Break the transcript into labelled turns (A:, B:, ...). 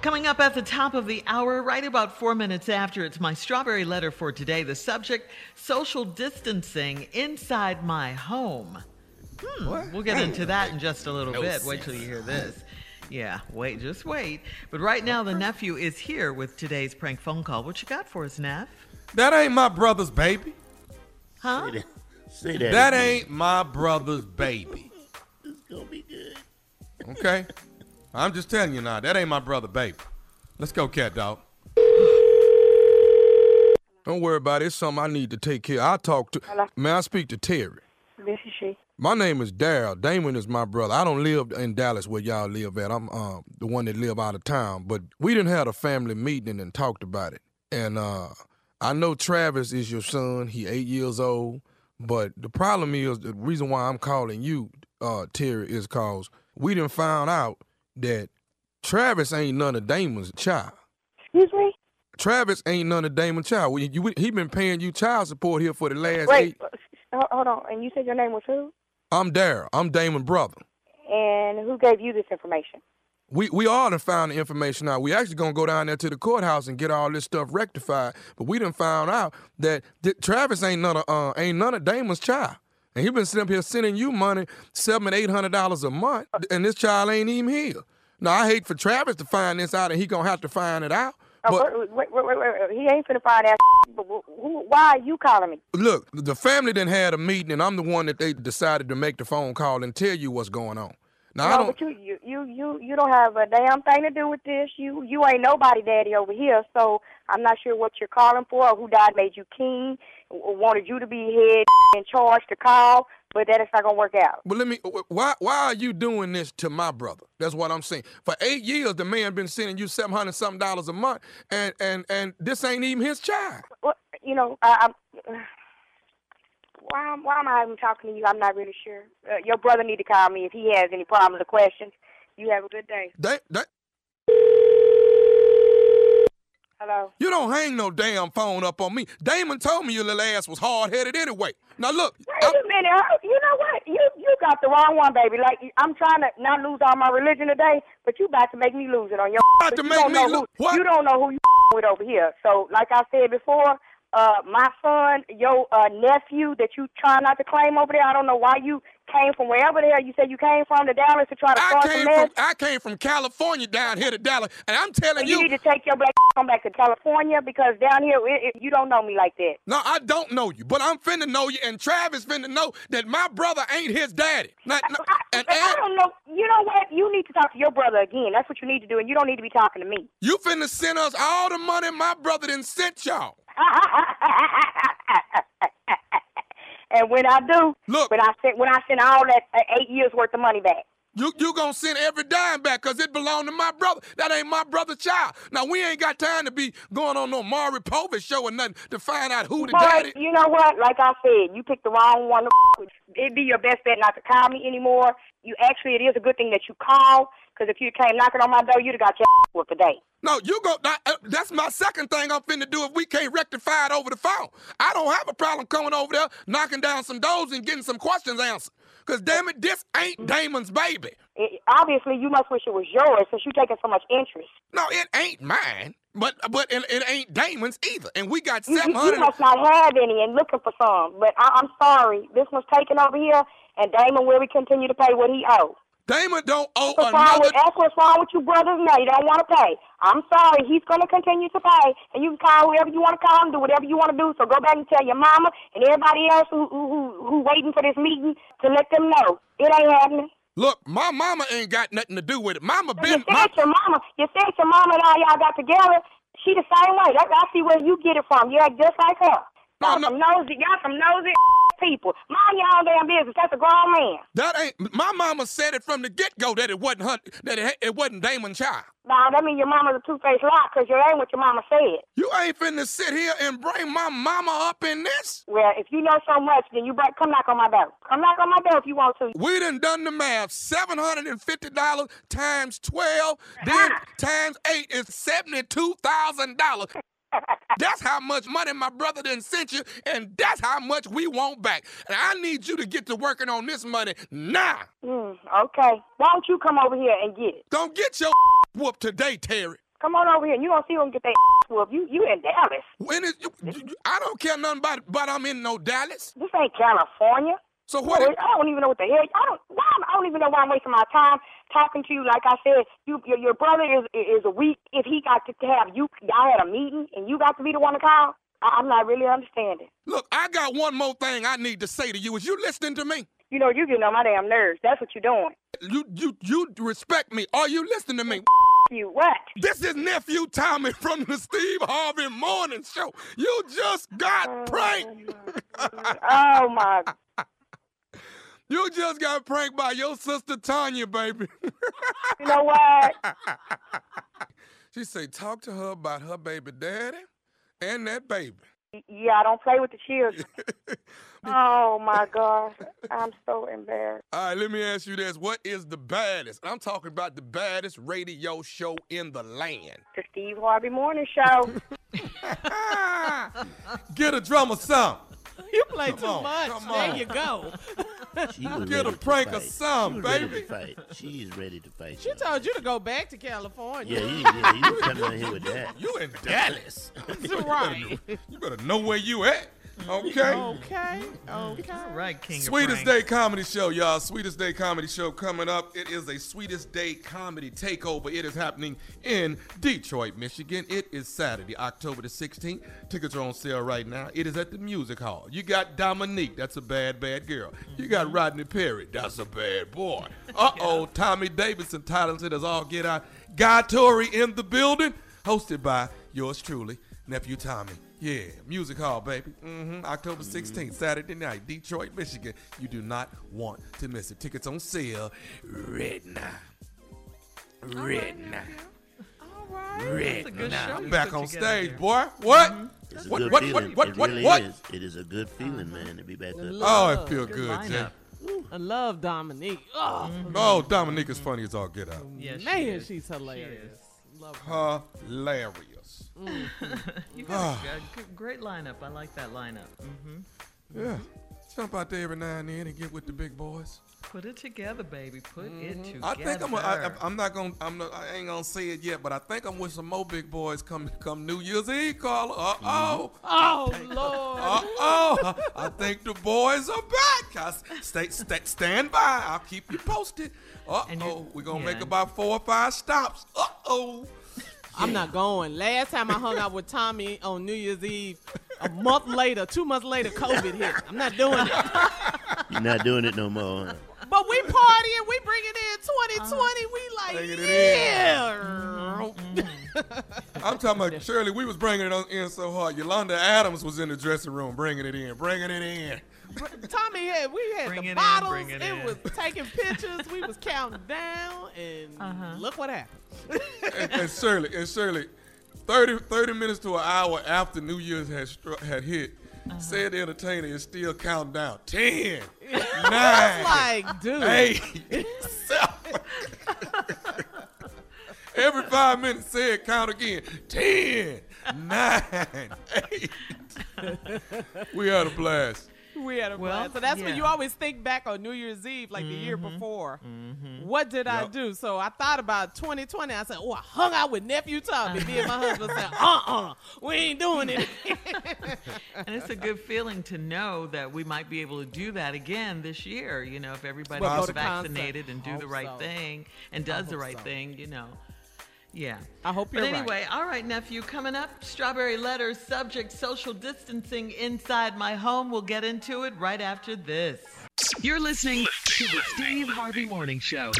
A: Coming up at the top of the hour, right about four minutes after, it's my strawberry letter for today. The subject social distancing inside my home. Hmm, we'll get into that in just a little
B: No
A: bit. Wait
B: sense.
A: till you hear this. Yeah, wait, just wait. But right now, the nephew is here with today's prank phone call. What you got for us, Neff?
C: That ain't my brother's baby.
A: Huh?
B: Say that. Say that.
C: That
B: again.
C: ain't my brother's baby.
B: It's gonna be good.
C: Okay? I'm just telling you now, that ain't my brother baby. Let's go, cat dog. Don't worry about it. It's something I need to take care of. I talk to
D: Hello?
C: May I speak to Terry?
D: This is she.
C: My name is Daryl. Damon is my brother. I don't live in Dallas where y'all live at. I'm um, the one that live out of town. But we didn't have a family meeting and talked about it. And uh, I know Travis is your son. He eight years old. But the problem is the reason why I'm calling you, uh, Terry, is cause we didn't found out that Travis ain't none of Damon's child.
D: Excuse me?
C: Travis ain't none of Damon's child. We- you- he been paying you child support here for the last
D: Wait,
C: eight.
D: uh, ho- hold on. And you said your name was who?
C: I'm Daryl. I'm Damon's brother.
D: And who gave you this information?
C: We we all done found the information out. We actually gonna go down there to the courthouse and get all this stuff rectified. But we done found out that th- Travis ain't none of uh, ain't none of Damon's child, and he been sitting up here sending you money seven eight hundred dollars a month, and this child ain't even here. Now I hate for Travis to find this out, and he gonna have to find it out. But
D: oh, wait, wait, wait, wait, wait. He ain't finna find out. But wh- who, why are you calling me?
C: look, the family done had a meeting, and I'm the one that they decided to make the phone call and tell you what's going on. Now I
D: no,
C: don't.
D: but you, you, you, you, you don't have a damn thing to do with this. You, you ain't nobody daddy over here. So I'm not sure what you're calling for or who died made you king, w- wanted you to be head in charge to call. But that is not gonna work out.
C: But let me. uh, wh- Why why are you doing this to my brother? That's what I'm saying. For eight years, the man been sending you seven hundred something dollars a month, and and and this ain't even his child.
D: Well, you know, I, I'm. Why, am- why am I even talking to you? I'm not really sure. Uh, your brother need to call me if he has any problems or questions. You have a good day.
C: That, that,
D: Hello.
C: you don't hang no damn phone up on me. Damon told me your little ass was hard headed anyway. Now look,
D: Wait
C: I'm,
D: a minute. huh? You know what? You you got the wrong one, baby. Like I'm trying to not lose all my religion today, but you about to make me lose it on your.
C: About
D: but
C: to
D: you
C: make
D: don't
C: me
D: know
C: lo-
D: who-
C: what?
D: You don't know who you with over here. So, like I said before, uh, my son, your uh, nephew that you trying not to claim over there. I don't know why you came from wherever the hell you said you came from to Dallas to try to
C: I
D: start
C: came
D: some mess.
C: from I came from California down here to Dallas, and I'm telling
D: you,
C: you,
D: need to take your black come back to California because down here it, it, you don't know me like that.
C: no, I don't know you, but I'm finna know you, and Travis finna know that my brother ain't his daddy. Not, not-
D: I,
C: and
D: I
C: and-
D: don't know. You know what? You need to talk to your brother again. That's what you need to do, and you don't need to be talking to me.
C: You finna send us all the money my brother done sent y'all.
D: and when I do,
C: Look.
D: when I send when I send all that uh, eight years worth of money back.
C: You you gonna send every dime back because it belonged to my brother. That ain't my brother's child. Now we ain't got time to be going on no Maury Povich show or nothing to find out who the daddy.
D: Boy, you know what? Like I said, you picked the wrong one. to f- with. It'd be your best bet not to call me anymore. You actually, it is a good thing that you called, because if you came knocking on my door, you'd have got your whooped today.
C: No, you go. that- uh, that's my second thing I'm finna do if we can't rectify it over the phone. I don't have a problem coming over there, knocking down some doors and getting some questions answered. Cause damn it, this ain't Damon's baby.
D: It, obviously, you must wish it was yours since you're taking so much interest.
C: No, it ain't mine. But but it, it ain't Damon's either. And we got
D: You, you-
C: seven
D: you
C: hundred.
D: must not have any and looking for some. But I, I'm sorry, this one's taken over here, and Damon will continue to pay what he owes.
C: Damon don't owe
D: What's wrong
C: another
D: with, that's what's wrong with you brothers now. You don't want to pay. I'm sorry. He's going to continue to pay, and you can call whoever you want to call him, do whatever you want to do. So go back and tell your mama and everybody else who who who, who waiting for this meeting to let them know it ain't happening.
C: Look, my mama ain't got nothing to do with it. Mama
D: You
C: been my,
D: said your mama. You said your mama and all y'all got together. She the same way. That, I see where you get it from. You act just like her.
C: No,
D: Y'all
C: no.
D: some nosy. Y'all some nosy people. Mind your own damn business. That's a grown man.
C: that ain't my mama said it from the get go that it wasn't her that it, it wasn't Damon Child.
D: Now that means your mama's a two faced lie because you ain't what your mama said.
C: You ain't finna sit here and bring my mama up in this.
D: Well, if you know so much, then you better come knock on my door. Come knock on my door if you want to.
C: We done done the math. Seven hundred and fifty dollars times twelve, then
D: Ah.
C: times eight is seventy two thousand dollars. That's how much money my brother done sent you, and that's how much we want back. And I need you to get to working on this money now.
D: Mm, okay. Why don't you come over here and get it?
C: Don't get your whooped today, Terry.
D: Come on over here, and you gonna see them get their ass whooped. You you in Dallas?
E: When is, you, you- I don't care nothing about, but I'm in no Dallas.
D: This ain't California.
E: So
D: I
E: what? if-
D: don't even know what the hell. I don't. Why, am- I don't even know why I'm wasting my time talking to you. Like I said, you your, your brother is is a weak. If he got to have you, y'all had a meeting, and you got to be the one to call. I, I'm not really understanding.
E: Look, I got one more thing I need to say to you. Is you listening to me?
D: You know, you getting on my damn nerves. That's what you're doing.
E: You you you respect me. Are you listening to me?
D: You what?
E: This is nephew Tommy from the Steve Harvey Morning Show. You just got pranked.
D: Oh my.
E: You just got pranked by your sister Tanya, baby.
D: You know what?
E: she say talk to her about her baby daddy and that baby.
D: Yeah, I don't play with the children. Oh my gosh, I'm so embarrassed.
E: All right, let me ask you this. What is the baddest? I'm talking about the baddest radio show in the land.
D: The Steve Harvey Morning Show.
C: Get a drummer some.
F: You play too
C: on,
F: much.
C: come
F: there
C: on.
F: you go.
B: She was
C: Get a
B: ready to
C: prank or
B: fight.
C: something,
B: she was
C: baby.
B: Ready to fight. She is ready to fight.
F: She
B: y'all.
F: told you to go back to California.
B: Yeah, you, yeah, you coming out here with that.
C: You in Dallas.
F: That's right.
C: You better know where you at. Okay.
F: okay. Okay.
A: All right, King
C: Sweetest
A: of
C: Day Comedy Show, y'all. Sweetest Day Comedy Show coming up. It is a Sweetest Day Comedy Takeover. It is happening in Detroit, Michigan. It is Saturday, October the 16th. Tickets are on sale right now. It is at the Music Hall. You got Dominique. That's a bad, bad girl. You
A: Mm-hmm.
C: got Rodney Perry. That's a bad boy. Uh oh, Tommy Davidson, talented as all get out. Guy Tori in the building, hosted by yours truly, Nephew Tommy. Yeah, Music Hall, baby. hmm October
A: Mm-hmm.
C: 16th, Saturday night, Detroit, Michigan. You do not want to miss it. Tickets on sale right now. Right now.
F: All right.
A: That's a good show.
C: I'm
A: you
C: back
A: put
C: on
A: together Mm-hmm.
C: stage,
A: there.
C: boy. What?
B: It's a
C: What?
B: good
C: What?
B: feeling.
C: What? What?
B: it
C: What?
B: really
C: What?
B: is. It is a good feeling, man, to be back up.
C: Oh, it feels
A: Good
C: good, Jay.
A: lineup.
F: I love Dominique. Oh,
C: Oh, Dominique is funny as all get out.
A: Yes, she
F: man,
A: is.
F: she's hilarious. Love her.
C: Hilarious.
A: You
C: Ah.
A: got a good- great lineup. I like that lineup. Mm-hmm.
C: Yeah. Jump out there every now and then and get with the big boys.
A: Put it together, baby. Put
F: Mm-hmm.
A: it together.
C: I think I'm. A, I, I'm not gonna. I'm. Not, I ain't gonna say it yet, but I think I'm with some more big boys come come New Year's Eve, Carla. Uh oh.
F: Oh, Lord.
C: Uh oh. I think the boys are back. I s- stay, stay stand by. I'll keep you posted. Uh
A: And
C: oh.
A: you-
C: We're gonna
A: yeah.
C: make about four or five stops. Uh oh.
F: I'm not going. Last time I hung out with Tommy on New Year's Eve, a month later, two months later, COVID hit. I'm not doing it.
B: You're not doing it no more. Huh?
F: But we partying, we bringing in 2020. We
C: Bringing
F: like,
C: it in.
F: yeah.
C: I'm talking about Shirley. We was bringing it on in so hard. Yolanda Adams was in the dressing room bringing it in, bringing it in.
F: Tommy had, we had
A: Bring it
F: the
A: in,
F: bottles.
A: bring
F: it
A: it in.
F: was taking pictures. We was counting down, and look what happened.
C: and, and Shirley, and Shirley, 30, 30 minutes to an hour after New Year's had struck, had hit,
A: Uh-huh.
C: said the entertainer is still counting down. 10, 9,
F: Like, dude.
C: 8, 7. Every five minutes, said count again. 10, 9, 8. we had a blast.
F: We had a
A: Well,
F: blast. So that's when you
A: yeah.
F: always think back on New Year's Eve, like the year before. What did I
C: Yup.
F: do? So I thought about 2020. I said, oh, I hung out with nephew Tommy. Me and my husband said, uh-uh, we ain't doing it.
A: And it's a good feeling to know that we might be able to do that again this year. You know, if everybody
F: Well, go
A: is
F: to concert.
A: vaccinated and do the
F: Hope
A: right
F: so.
A: thing and does the
F: hope
A: right
F: so.
A: thing, you know. Yeah.
F: I hope
A: But
F: you're right.
A: anyway, all right, nephew, coming up, strawberry letters, subject social distancing inside my home. We'll get into it right after this. You're listening to the Steve Harvey Morning Show.